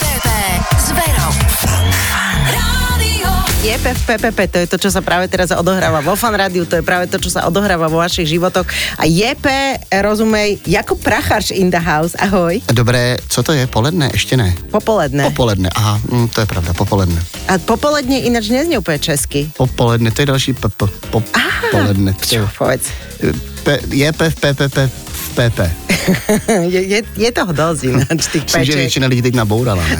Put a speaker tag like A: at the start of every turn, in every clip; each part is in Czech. A: PPP s Verou. Fan rádio.
B: JPF PPP, to je to, čo sa práve teraz odohráva vo fanrádiu, to je práve to, čo sa odohráva vo vašich životoch. A JP, rozumej, jako prachař in the house, ahoj,
C: Dobré, co to je? Poledne? Ještě ne.
B: popoledne.
C: Popoledne, aha, hm, to je pravda, popoledne.
B: A popoledne inač nezní úplně česky.
C: Popoledne, to je další p, p, po, poledne. To je-
B: Povedz.
C: P, je p, p, p, p, p, p.
B: je, je, je toho dost inač, tých
C: Myslím, že
B: peček.
C: většina lidí teď nabourala, ne?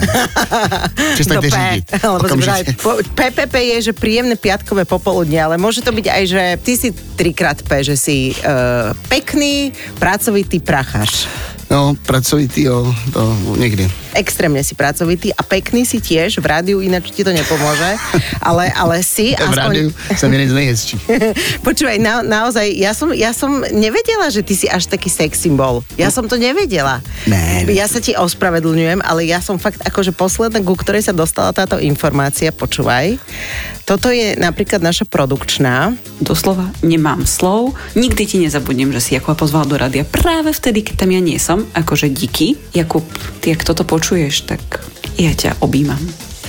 B: No, P,
C: Přestaňte řídit.
B: Alebo sme
C: Okamžitě.
B: brali, po- PPP je, že príjemné piatkové popoludne, ale môže to byť aj, že ty si trikrát P, že si uh, pekný, pracovitý pracháš.
C: No, pracovitý, jo, to někdy.
B: Extrémne si pracovitý a pekný si tiež, v rádiu ináč ti to nepomôže, ale, ale si
C: V rádiu jsem jeden z nejhezčích.
B: Počúvaj, na, naozaj, ja som, ja som nevedela, že ty si až taký sex symbol. Ja som to nevedela.
C: No. Ne, ne.
B: Ja sa ti ospravedlňujem, ale ja som fakt akože posledná, ku ktorej sa dostala táto informácia, počúvaj. Toto je napríklad naša produkčná.
D: doslova nemám slov. Nikdy ti nezabudnem, že si Jakuba pozval do rádia práve vtedy, keď tam ja nie som. Akože díky. Jakub, ty ak toto počuješ, tak ja ťa objímam.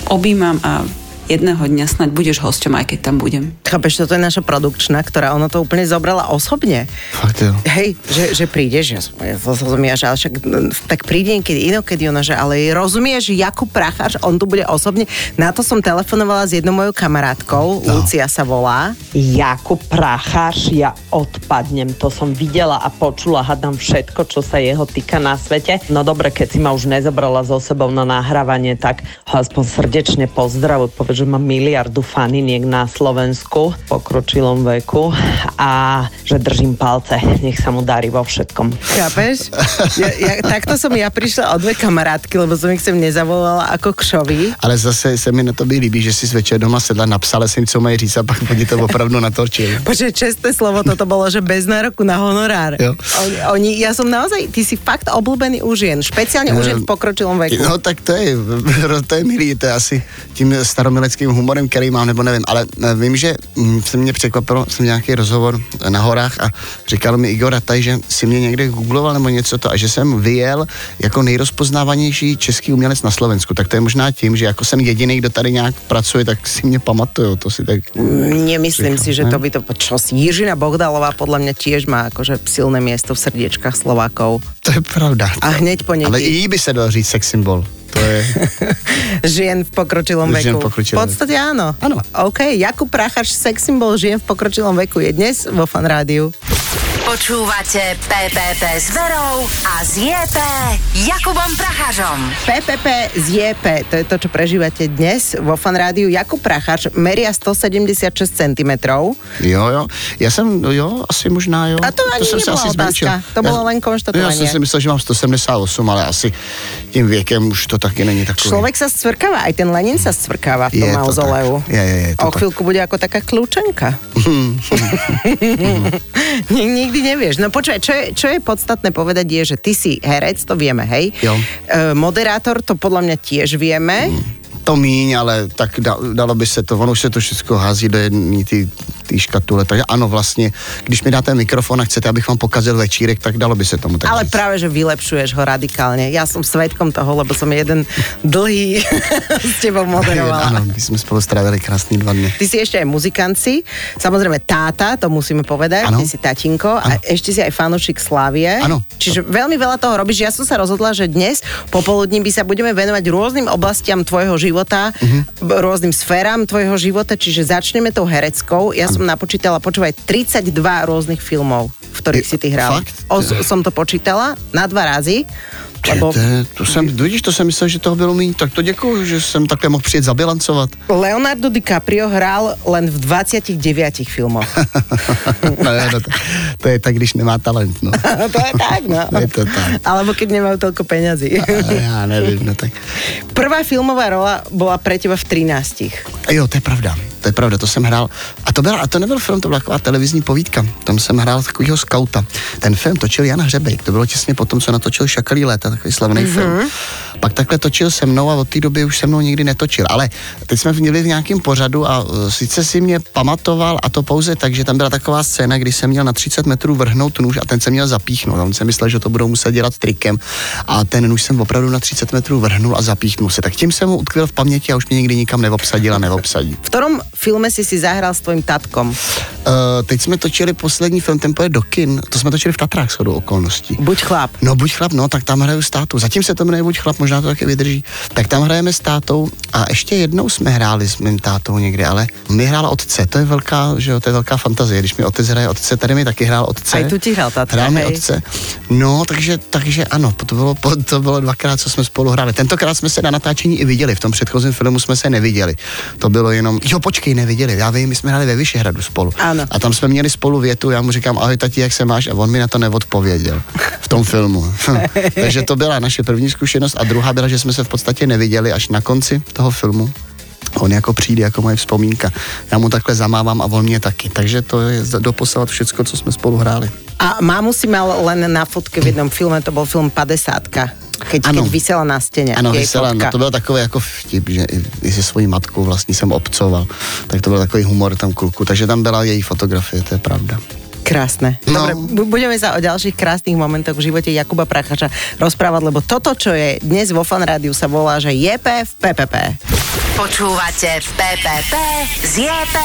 D: Objímam a jedného dňa snáď budeš hosťom, aj keď tam budem.
B: Chápeš, toto je naša produkčná, ktorá ona to úplne zobrala osobne.
C: Fakt, jo.
B: Hej, že, že prídeš, ja som, ja som ja, že ale však, mm, tak príde niekedy inokedy ona, že ale rozumieš, Jakub Pracháš, on tu bude osobne. Na to som telefonovala s jednou mojou kamarátkou, no.
C: No.
B: Lucia sa volá.
E: Jakub Pracháš, ja odpadnem. To som videla a počula, hádam všetko, čo sa jeho týka na svete. No dobre, keď si ma už nezobrala so sebou na nahrávanie, tak ho aspoň srdečne pozdravu. Povedz, že má miliardu faniniek na Slovensku v pokročilom veku a že držím palce. Nech sa mu darí vo všetkom.
B: Chápeš? Ja, ja, takto som ja prišla o dve kamarátky, lebo som ich sem nezavolala ako kšovi.
C: Ale zase se mi na tobě líbí, že jsi večer doma sedla, napsala jsem, co mají říct a pak oni to opravdu natočili.
B: Počkej, čestné slovo toto bolo, že bez nároku na honorár.
C: Jo.
B: Oni, oni, ja som naozaj, ty si fakt obľúbený u žien, špeciálne u žien v pokročilom veku.
C: No tak to je, to je milý, to je asi tím staromileckým humorem, který mám, nebo nevím, ale eh, vím, že mm, se mě překvapilo, jsem měl nějaký rozhovor eh, na horách a říkal mi Igor Rataj, že si mě někde googloval nebo něco to a že jsem vyjel jako nejrozpoznávanější český umělec na Slovensku, tak to je možná tím, že jako jsem jediný, kdo tady nějak pracuje, tak si mě pamatujou, to si tak...
B: Nemyslím si, že to
C: ne?
B: by to... Čo si, Jiřina Bohdalová podľa mňa tiež má akože silné miesto v srdiečkach Slovákov.
C: To je pravda.
B: A hneď po nej
C: Ale
B: ty.
C: i jí by se dal říct sex symbol. To je...
B: žien v pokročilom
C: Žien
B: veku.
C: v pokročilom
B: v podstate áno.
C: Áno.
B: OK, Jakub Prachaš, sex symbol žien v pokročilom veku je dnes vo Fan Rádiu.
A: Počúvate PPP s Verou a s JP Jakubom Prachařom.
B: PPP z JP, to je to, čo prežívate dnes vo Fan Rádiu. Jakub Prachaš meria 176 cm.
C: Jo, jo. Já jsem, no jo, asi možná, jo.
B: A to ani
C: jsem se
B: nebyla
C: zmenšil.
B: otázka, to bylo
C: Já-
B: len konštatování.
C: Já jsem si myslel, že mám 178, ale asi tím věkem už to taky není takový.
B: Človek sa scvrkáva, aj ten Lenin sa scvrkáva v tom
C: Je to
B: mauzoleu.
C: tak. Je, je, je to
B: o
C: tak.
B: chvíľku bude ako taká kľúčenka. Ni- Nikdy nevieš. No počkaj, čo je, čo je podstatné povedať je, že ty si herec, to vieme, hej?
C: Jo. Mm,
B: E, moderátor, to podľa mňa tiež vieme.
C: To míň, ale tak da, dalo by se to, ono už se to všechno hází do jedné ty, ty škatule. Takže ano, vlastně, když mi dáte mikrofon a chcete, abych vám pokazil večírek, tak dalo by se tomu tak
B: Ale
C: říct.
B: práve, že vylepšuješ ho radikálne. Ja som svetkom toho, lebo som jeden dlhý s tebou moderovala.
C: Ano, my jsme spolu strávili krásný dva dny.
B: Ty si ešte aj muzikanci, samozrejme táta, to musíme povedať, ano.
C: Áno.
B: ty si tatinko a
C: Áno.
B: ešte si aj fanúšik Slavie.
C: Áno.
B: Čiže veľmi veľa toho robíš. Ja som sa rozhodla, že dnes popoludní by sa budeme venovať rôznym oblastiam tvojho života, uh-huh. rôznym sféram tvojho života, čiže začneme tou hereckou. Ja ano. som napočítala, počúvaj, 32 rôznych filmov, v ktorých
C: Je-
B: si ty hral.
C: fakt?
B: Os- som to počítala na dva razy, lebo
C: To, je- to jsem, vidíš, to jsem myslel, že toho bylo míň, tak to děkuju, že jsem takhle mohl přijet zabilancovat.
B: Leonardo DiCaprio hral len v 29 filmoch.
C: ne, no to, to je tak, když nemá talent, no.
B: to je tak, no.
C: Je to tak.
B: Alebo keď nemajú toľko peňazí.
C: Ale já nevím, no tak.
B: Prvá filmová rola bola pre teba v 13.
C: Jo, to je pravda, to je pravda, to jsem hrál. A to, byla, a to nebyl film, to byla taková televizní povídka. Tam jsem hrál takového skauta. Ten film točil Jan Hřebejk, to bylo těsně po tom, co natočil Šakalí léta, takový slavný mm-hmm. film. Pak takhle točil se mnou a od té doby už se mnou nikdy netočil. Ale teď jsme měli v nějakém pořadu a eh, sice si mě pamatoval a to pouze tak, že tam byla taková scéna, kdy jsem měl na 30 metrů vrhnout nůž a ten se měl zapíchnout. A on se myslel, že to budou muset dělat trikem. A ten nůž jsem opravdu na 30 metrů vrhnul a zapíchnul se. Tak tím jsem mu utkvěl v paměti a už mě nikdy nikam neobsadil a neobsadí.
B: V ktorom filme si si zahral s tvojim tatkom?
C: Uh, teď jsme točili poslední film, ten poje do kin, to jsme točili v Tatrách shodou okolností.
B: Buď chlap.
C: No buď chlap, no, tak tam hraju s tátou. Zatím se to jmenuje buď chlap, možná to taky vydrží. Tak tam hrajeme s tátou a ještě jednou jsme hráli s mým tátou někde, ale mi hrál otce, to je velká, že jo, to je velká fantazie, když mi otec hraje otce, tady mi taky hrál otce.
B: Aj tu ti hrál táta,
C: Hrál mi
B: hej.
C: otce. No, takže, takže ano, to bylo, to bylo dvakrát, co jsme spolu hráli. Tentokrát jsme se na natáčení i viděli, v tom předchozím filmu jsme se neviděli. To bylo jenom, jo, počkej, neviděli, já vím, my jsme hráli ve Vyšehradu spolu.
B: Ano.
C: A tam jsme měli spolu větu, já mu říkám, ahoj tati, jak se máš? A on mi na to neodpověděl v tom filmu. Takže to byla naše první zkušenost a druhá byla, že jsme se v podstatě neviděli až na konci toho filmu. On jako přijde, jako moje vzpomínka. Já mu takhle zamávám a on mě taky. Takže to je za- doposavat všecko, co jsme spolu hráli.
B: A mámu si mal len na fotke v jednom filme, to bol film 50 keď,
C: Ano.
B: keď vysela na stene.
C: Ano,
B: jej
C: vysela,
B: fotka.
C: no to byl takový jako vtip, že i, i se svojí matkou vlastně jsem obcoval. Tak to byl takový humor tam kluku. Takže tam byla její fotografie, to je pravda.
B: Krásne.
C: No.
B: Dobre, bu- budeme sa o ďalších krásnych momentoch v živote Jakuba Prachača rozprávať, lebo toto, čo je dnes vo Fan Rádiu, sa volá, že JP v PPP.
A: Počúvate PPP z JP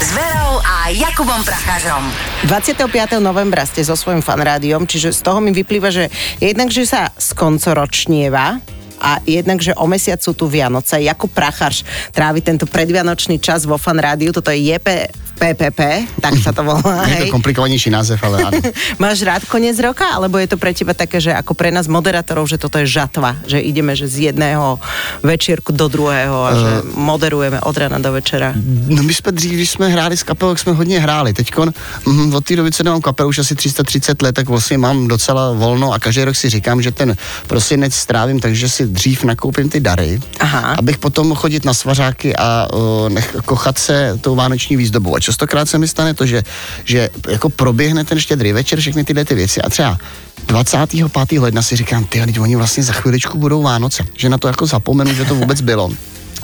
A: s Verou a Jakubom Prachařom.
B: 25. novembra ste so svojím Fan Rádiom, čiže z toho mi vyplýva, že jednak, že sa skoncoročnieva, a jednak, že o mesiac sú tu Vianoce. Jakub Prachař trávi tento predvianočný čas vo Fan Rádiu, toto je JP v PPP, tak sa to volá. No hej?
C: Je to komplikovanější název, ale ano.
B: Máš rád koniec roka, alebo je to pre teba také, že ako pre nás moderátorov, že toto je žatva, že ideme že z jedného večierku do druhého a že
C: Eh.
B: moderujeme od rána do večera.
C: No my jsme dřív, když jsme hráli s kapelou, tak jsme hodně hráli. Teď mm, od té doby, co nemám kapelu, už asi 330 let, tak vlastně mám docela volno a každý rok si říkám, že ten prosinec strávím, takže si dřív nakoupím ty dary,
B: Aha.
C: abych potom mohl chodit na svařáky a o, nech, kochat se tou vánoční výzdobou. A častokrát se mi stane to, že, že jako proběhne ten štědrý večer, všechny tyhle ty věci a třeba 25. ledna si říkám, ty, teď oni vlastně za chviličku budou Vánoce, že na to jako zapomenu, že to vůbec bylo.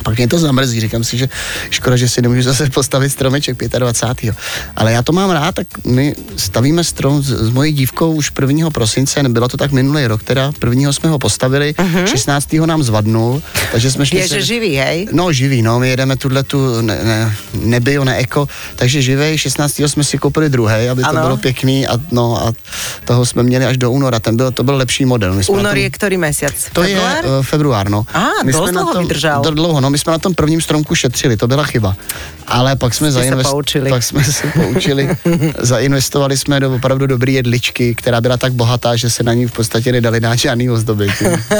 C: Pak mě to zamrzí, říkám si, že škoda, že si nemůžu zase postavit stromeček 25. Ale já to mám rád, tak my stavíme strom s, s mojí dívkou už 1. prosince, nebylo to tak minulý rok, teda 1. jsme ho postavili, 16. nám zvadnul, takže jsme šli...
B: Je, že živý, hej?
C: No, živý, no, my jedeme tuhle tu ne, ne, nebio, ne eko, takže živej, 16. jsme si koupili druhý, aby ano.
B: Ano.
C: to bylo pěkný a, no, a toho jsme měli až do února, ten byl, to byl lepší model. My jsme na
B: Únor
C: tom-
B: je ktorý mesiac?
C: to
B: Február?
C: je uh, február, no.
B: Á,
C: My
B: dost
C: jsme na
B: dlouho
C: tom,
B: vydržel.
C: Do, dlouho, no, my jsme na tom prvním stromku šetřili, to byla chyba. Ale pak jsme,
B: Jste se
C: zainvest...
B: poučili.
C: pak jsme se poučili, zainvestovali jsme do opravdu dobrý jedličky, která byla tak bohatá, že se na ní v podstatě nedali dát žádný ozdoby.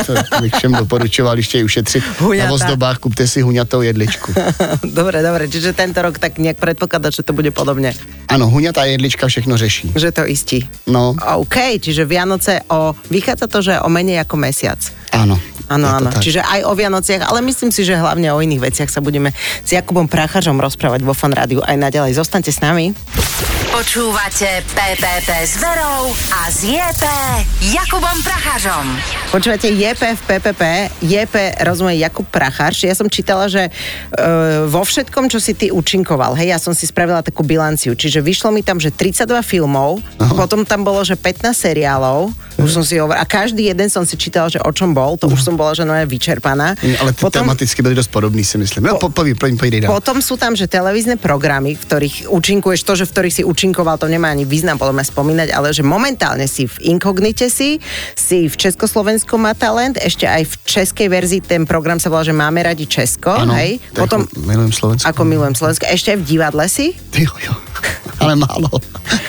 C: To, to bych všem doporučoval, ještě ji ušetřit
B: Huňatá.
C: na ozdobách, kupte si huňatou jedličku.
B: dobre, dobre, čiže tento rok tak nejak predpokladá, že to bude podobne.
C: Ano, huňatá jedlička všechno řeší.
B: Že to istí.
C: No,
B: OK, čiže Vianoce o... Vychádza to, že o menej ako mesiac.
C: ano.
B: Áno,
C: Je to
B: áno.
C: tak.
B: Čiže aj o Vianociach, ale myslím si, že hlavne o iných veciach sa budeme s Jakubom Prachařom rozprávať vo Fan Rádiu aj naďalej. Zostaňte s nami.
A: Počúvate PPP s Verou a s JP Jakubom Prachařom.
B: Počúvate JP v PPP, JP rozumie Jakub Pracharš. Ja som čítala, že e, vo všetkom, čo si ty účinkoval, hej, ja som si spravila takú bilanciu, čiže vyšlo mi tam, že 32 filmov, Aha. potom tam bolo, že 15 seriálov, už som si hovor... a každý jeden som si čítala, že o čom bol, to už som bola, že no je vyčerpaná.
C: Mm, Hm, Ale ty potom... tematicky byly dost podobný, si myslím. No, po, poví, poví, pojí dál.
B: Potom sú tam, že televízne programy, v ktorých účinkuješ, to, že v ktorých si účinkoval, to nemá ani význam podľa mňa spomínať, ale že momentálne si v Inkognite si, si v Československu má talent, ešte aj v českej verzii ten program sa volá, že máme radi Česko,
C: Ano,
B: hej?
C: to je
B: Potom,
C: jako milujem Slovensko.
B: ako milujem Slovensko, ešte aj v divadle si?
C: Ty jo, jo. Ale málo.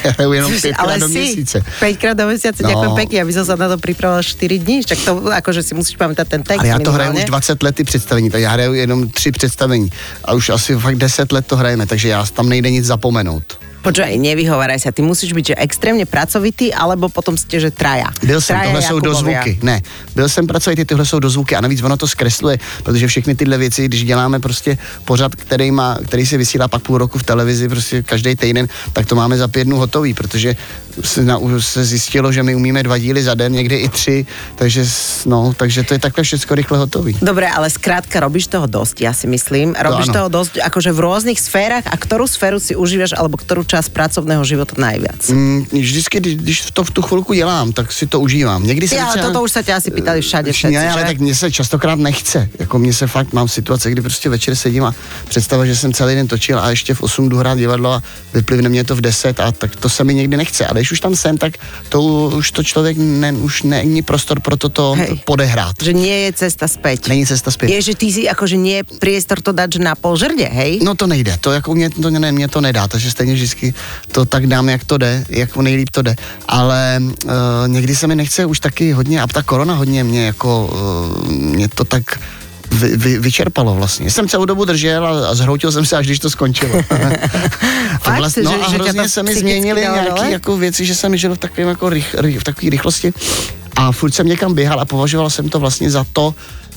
C: Já hraju jenom
B: ale
C: No, pětkrát do měsíce.
B: 5 krát do mesiace, no.
C: No.
B: ďakujem pekne, aby som sa na to pripravila 4 dní, tak to akože si musíš pamätať ten text
C: Ale já to hraju
B: minimálne.
C: už 20 let ty představení, tak já hraju jenom tři představení. A už asi fakt 10 let to hrajeme, takže já tam nejde nic zapomenout.
B: Počúvaj, nevyhováraj sa. Ty musíš byť že extrémne pracovitý, alebo potom ste, že traja.
C: Byl jsem,
B: traja
C: tohle jsou
B: Jakubovia.
C: dozvuky. Ne, byl jsem pracovitý, tyhle jsou dozvuky a navíc ono to zkresluje, protože všechny tyhle věci, když děláme prostě pořad, který, má, který se vysílá pak půl roku v televizi, prostě každý týden, tak to máme za pět dnů hotový, protože se, na, se zjistilo, že my umíme dva díly za den, někdy i tři, takže, s- no, takže to je takhle všechno rychle hotový.
B: Dobre, ale skrátka robíš toho dosť, ja si myslím. Robíš
C: áno.
B: toho dosť akože v rôznych sférach a ktorú sféru si užívaš alebo ktorú časť pracovného života najviac?
C: Mm, Vždycky, když- když to v tu chvilku dělám, tak si to užívám. Někdy se
B: Ty, ale toto už sa ťa asi pýtali všade všetci,
C: Ne, Eh, ale
B: že?
C: tak mně se častokrát nechce. Jako mně se fakt, mám situace, kdy prostě večer sedím a představa, že jsem celý den točil a ještě v 8 jdu hrát divadlo a vyplivne mě to v 10 a tak to se mi někdy nechce. Ale když už tam jsem, tak to už to člověk, ne, už není prostor pro toto
B: Hej.
C: podehrát.
B: Že nie je cesta späť.
C: Není cesta zpět.
B: Je, že ty si akože nie je priestor to dať že na pol žrde, hej?
C: No to nejde, to jako mě to, ne, mě to nedá, takže stejně vždycky to tak dám, jak to jde, jak nejlíp to jde. Ale uh, někdy se mi nechce už taky hodně, a ta korona hodně mě jako, uh, mě to tak vy, vy, vyčerpalo vlastně. Jsem celou dobu držel a, a zhroutil jsem se, až když to skončilo. a
B: Fakt,
C: vlastně,
B: že-
C: no a
B: že tě to
C: hrozně se mi
B: psychicky
C: změnily
B: dalo
C: nějaké
B: dole?
C: jako věci, že jsem žil v, takovém jako rych, rych, v takové rychlosti a furt jsem někam běhal a považoval jsem to vlastně za to,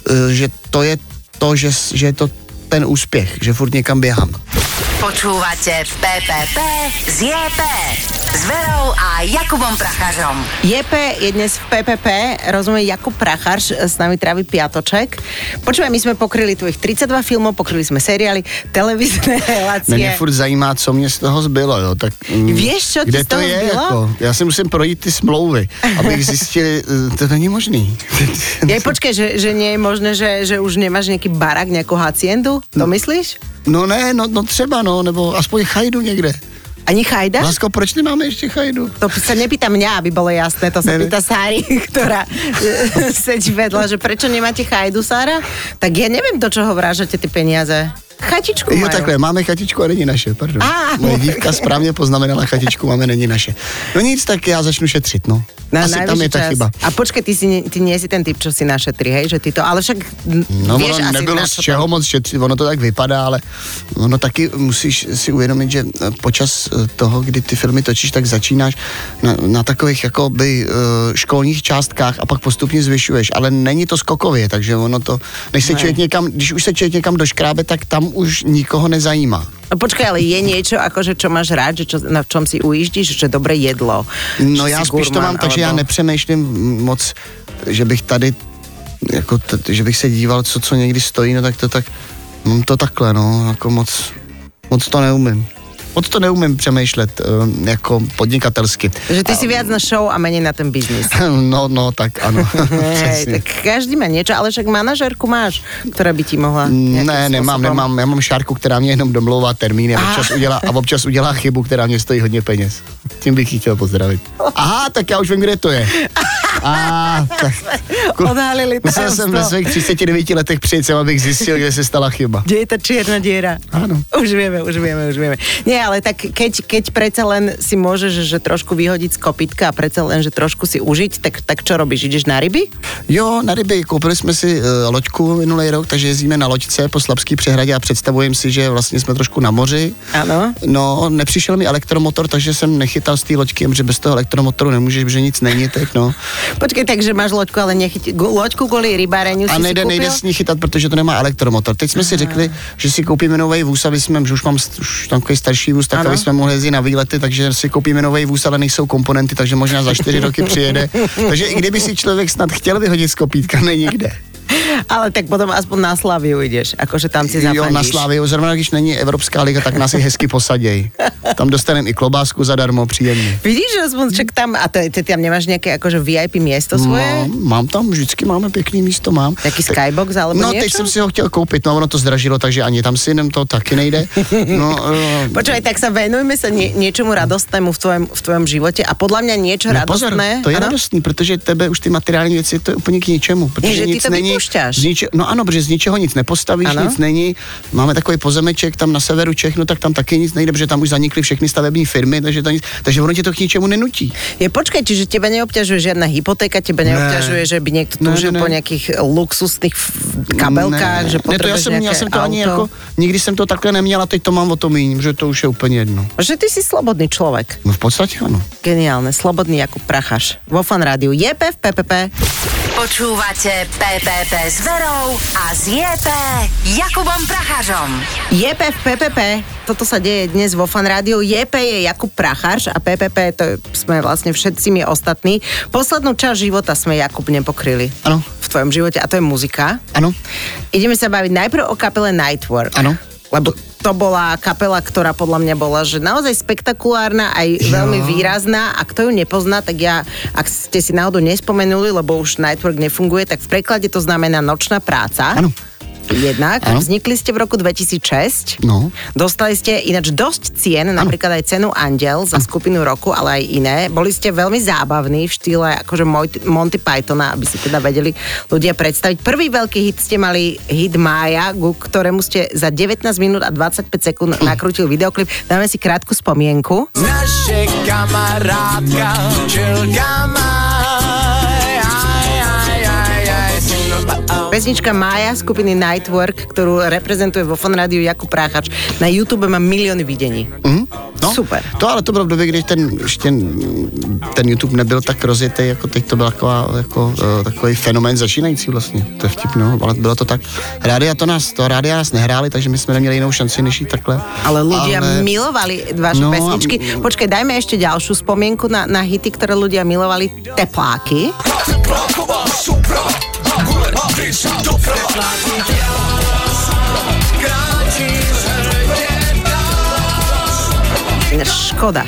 C: eh, že to je to, že, s- že je to ten úspěch, že furt někam běhám.
A: Počúvate PPP z JP s Verou a Jakubom Prachařom.
B: JP je dnes v PPP, rozumie Jakub Pracharš, s nami trávi piatoček. Počúvaj, my sme pokryli tvojich 32 filmov, pokryli sme seriály, televízne relácie.
C: Mě, mě furt zajímá, co mě z toho zbylo, jo. Tak, mm,
B: Víš, co ti
C: kde
B: z toho
C: to je,
B: zbylo?
C: Jako? Já si musím projít ty smlouvy, abych zjistil, eh, to není možný.
B: Je, počkej, že, že nie je možné, že, že už nemáš nejaký barak, nejakú haciendu? To myslíš?
C: No ne, no, no třeba, no, nebo aspoň chajdu někde.
B: Ani chajda?
C: Lásko, proč nemáme ještě chajdu?
B: To sa nepýta mňa, aby bolo jasné, to sa
C: Ne, ne.
B: pýta Sári, ktorá e, sedí vedľa, že prečo nemáte chajdu, Sára? Tak ja neviem, do čoho vrážate tie peniaze. Chatičku
C: Jo,
B: majú.
C: takhle, máme chatičku a není naše, pardon.
B: A.
C: Moje dívka správně poznamenala chatičku, máme není naše. No nic, tak já začnu šetřit, no. Asi tam
B: najvyšší
C: je ta
B: čas.
C: chyba.
B: A počkej, ty, si, ne- ty nie si ten typ, čo si našetri, hej, že ty to, ale však m,
C: No,
B: vieš
C: ono
B: asi
C: nebylo
B: na
C: z
B: čo
C: čeho
B: to-
C: moc šetřit, ono to tak vypadá, ale ono taky musíš si uvědomit, že eh, počas eh, toho, kdy ty filmy točíš, tak začínáš na, na takových jakoby eh, školních částkách a pak postupně zvyšuješ, ale není to skokově, takže ono to, než se člověk někam, když už se člověk někam doškrábe, tak tam už nikoho nezajímá.
B: No počkaj, ale je niečo, akože, čo máš rád, že čo, na čom si ujíždíš, že dobre jedlo.
C: No
B: že
C: já
B: si
C: spíš to mám,
B: gurmán,
C: takže já nepřemýšlím moc, že bych tady, jako t- že bych se díval, co, co někdy stojí, no tak to tak, mám to takhle, no, jako moc, moc to neumím. Moc to neumím přemýšlet, eh, jako podnikatelsky.
B: Že ty si viac na show a menej na ten biznis.
C: No, no, tak ano.
B: Hej,
C: přesně.
B: tak každý má niečo, ale však manažérku máš, ktorá by ti mohla... nejakým
C: Ne, nemám,
B: spôsobom-
C: nemám, já mám šárku, která mě jenom domlouvá termíny a občas, udělá, a občas udělá chybu, která mě stojí hodně peněz. Tím bych ji chtěl pozdravit. Aha, tak já už vím, kde to je. A, tak.
B: Odhalili
C: Musel
B: tajemstvo.
C: jsem ve svých 39 letech přijet sem, abych zjistil, kde se stala chyba.
B: Kde je tá čierna diera?
C: Áno.
B: Už vieme, už vieme, už vieme. Nie, ale tak keď, keď predsa len si môžeš, že trošku vyhodiť z kopytka a predsa len, že trošku si užiť, tak, tak čo robíš? Ideš na ryby?
C: Jo, na ryby. Koupili jsme si uh, loďku minulý rok, takže jezdíme na loďce po Slabský přehradě a představujeme si, že vlastně jsme trošku na moři.
B: Áno.
C: No, nepřišel mi elektromotor, takže jsem nechytal z té loďky, protože bez toho elektromotoru nemůžeš, protože nic není teď, no.
B: Počkej, takže máš loďku, ale nechyť... gu- Loďku kvôli rybáreniu
C: A
B: si
C: nejde,
B: si kúpil?
C: nejde s ní chytat, protože to nemá elektromotor. Teď jsme si řekli, že si koupíme nový vůz, aby jsme, že už mám st- už tam takový starší vůz, tak
B: Ano.
C: aby jsme mohli jezdit na výlety, takže si koupíme nový vůz, ale nejsou komponenty, takže možná za čtyři roky přijede. Takže i kdyby si člověk snad chtěl vyhodit z kopítka, není kde.
B: Ale tak potom aspoň na Slaviu ideš, akože tam si zapaníš.
C: Jo, na Slávě, zrovna když není Evropská liga, tak nás si hezky posaděj. Tam dostaneme i klobásku zadarmo, příjemně.
B: Vidíš, že aspoň však tam, a ty, ty tam nemáš nejaké akože VIP
C: No.
B: miesto svoje?
C: Mám, mám tam, vždycky máme pěkný místo, mám.
B: Taký skybox alebo
C: No, teď
B: niečo?
C: jsem si ho chtěl koupit, no ono to zdražilo, takže ani tam si jenom to taky nejde. No, eh,
B: Počúvaj, tak sa venujme sa nie, niečomu radostnému v tvojom, v tvojom živote a podľa mňa niečo
C: No
B: radostné...
C: to je
B: áno?
C: radostný, protože tebe už ty materiální věci, to je úplně k ničemu, protože
B: že ty
C: nic
B: to
C: není,
B: vypoušťáš. nedáš.
C: Z niče, no ano, protože z ničeho nic nepostavíš,
B: Ano.
C: ano? nic není. Máme takový pozemeček tam na severu Čech, no tak tam taky nic nejde, protože tam už zanikly všechny stavební firmy, takže, to nic, takže ono tě to k ničemu nenutí.
B: Je počkaj, čiže teba neobťažuje žiadna hypotéka, teba
C: Ne.
B: neobťažuje, že by niekto
C: Ne,
B: túžil
C: ne, ne.
B: po nejakých luxusných f- kabelkách, že
C: ne, to já
B: potrebuješ
C: jsem, já
B: nejaké
C: jsem to
B: auto.
C: ani jako, nikdy jsem to takhle neměla, teď to mám o to míň, že to už je úplně jedno.
B: Že ty si slobodný človek.
C: No v podstatě ano.
B: Geniálne, slobodný ako prachaš. Vo fan rádiu JP v PPP.
A: Počúvate PPP s Verou a s JP Jakubom Prachařom.
B: JP v PPP. Toto sa deje dnes vo fan rádiu. JP je Jakub Pracharš a PPP to je- sme vlastne všetci my ostatní. Poslednú časť života sme Jakub nepokryli.
C: Ano.
B: V tvojom živote a to je muzika.
C: Ano,
B: Ideme sa baviť najprv o kapele Nightwork.
C: Áno.
B: Lebo to bola kapela, ktorá podľa mňa bola že naozaj spektakulárna, aj jo. veľmi výrazná a kto ju nepozná, tak ja, ak ste si náhodou nespomenuli, lebo už Nightwork nefunguje, tak v preklade to znamená nočná práca.
C: Áno.
B: Jednak
C: Áno.
B: vznikli ste v roku 2006.
C: No.
B: Dostali ste ináč dosť cien, napríklad aj cenu Andel za skupinu roku, ale aj iné. Boli ste veľmi zábavní v štýle akože Moj- Monty Pythona, aby si teda vedeli ľudia predstaviť. Prvý veľký hit ste mali hit Mája, ku ktorému ste za 19 minút a 25 sekúnd nakrútil videoklip. Dáme si krátku spomienku.
F: naše kamarádka Čilka má. Aj, aj, aj, aj, synová, au.
B: Pesnička Mája skupiny Nightwork, ktorú reprezentuje vo Fonrádiu Jakub Práchač. Na YouTube má milióny videní.
C: Mhm. No,
B: Super.
C: To ale to bylo v době, kdy ten, ještě ten YouTube nebyl tak rozjetý, jako teď to byl taková, jako, eh, takový fenomén začínající vlastně. To je vtipné, ale bylo to tak. Rádia to nás, to rádia nás nehráli, takže my jsme neměli jinou šanci, než jít takhle.
B: Ale ľudia ale...
C: Ale-
B: milovali vaše no,
C: No a-
B: pesničky. Počkaj, dajme ešte ďalšiu spomienku na, na hity, ktoré ľudia milovali. Tepláky. Škoda.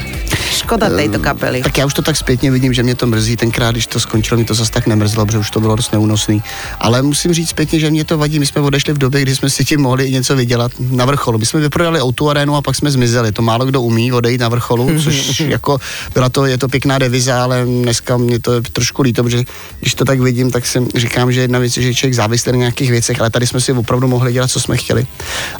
B: Škoda tejto kapely.
C: Tak já už to tak zpětně vidím, že mě to mrzí. Tenkrát, když to skončilo, mě to zase tak nemrzelo, protože už to bylo dost neúnosný. Ale musím říct zpětně, že mě to vadí. My jsme odešli v době, kdy jsme si tím mohli i něco vydělat na vrcholu. My jsme vyprodali autu arénu a pak jsme zmizeli. To málo kdo umí odejít na vrcholu, což jako byla to, je to pěkná deviza, ale dneska mě to je trošku líto, protože když to tak vidím, tak si říkám, že jedna věc je, že je člověk závislý na nějakých věcech, ale tady jsme si opravdu mohli dělat, co jsme chtěli.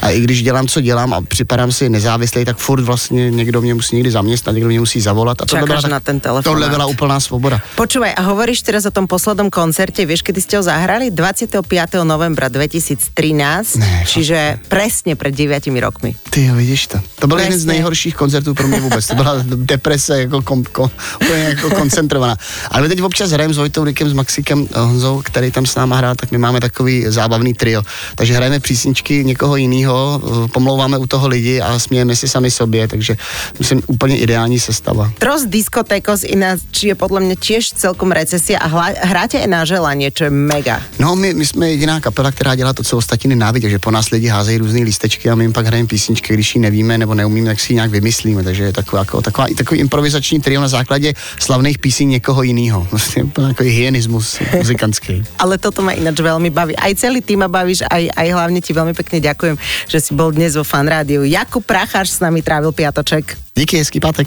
C: A i když dělám, co dělám a připadám si nezávislý, tak furt vlastně někdo mě musí někdy zaměstnat, někdo mě musí zavolat a tohle
B: Čakáš
C: byla tak-
B: na ten telefonát.
C: Tohle byla úplná svoboda.
B: Počúvaj, a hovoríš teraz o tom poslednom koncerte, vieš, kedy ste ho zahrali? 25. novembra 2013,
C: Ne,
B: čiže presne pred 9 rokmi.
C: Ty jo, vidíš to. To byl jeden z
B: Přesně.
C: nejhorších koncertů pro mě vůbec. To byla deprese jako, kom, kom, úplně jako koncentrovaná. Ale my teď občas hrajeme s Vojtou Rikem, s Maxikem eh, Honzou, který tam s náma hrál, tak my máme takový zábavný trio. Takže hrajeme písničky někoho jiného, eh, pomlouváme u toho lidi a smějeme si sami sobě, takže myslím úplně ideální sestava.
B: Tros diskotékos ináč je podľa mňa tiež celkom recesia a hla, hráte aj na želanie, čo je mega.
C: No, my, my jsme jediná kapela, která dělá to, co ostatní nenávidí, že po nás lidi házejí různé lístečky a my jim pak hrajeme písničky, když ji nevíme nebo neumíme, tak si ji nějak vymyslíme. Takže je taková, jako, taková, i takový improvizační trio na základě slavných písní někoho jiného. Vlastně úplně takový hyenismus muzikantský.
B: Ale toto ma ináč veľmi baví. Aj celý tým ma bavíš, aj, aj hlavne ti veľmi pekne ďakujem, že si bol dnes vo fanrádiu. Jakub Pracháš s nami trávil piatoček.
C: Díky, hezký pátek.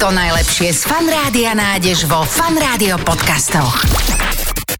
A: To najlepšie z Fanrádia nájdeš vo Fanrádio podcastoch.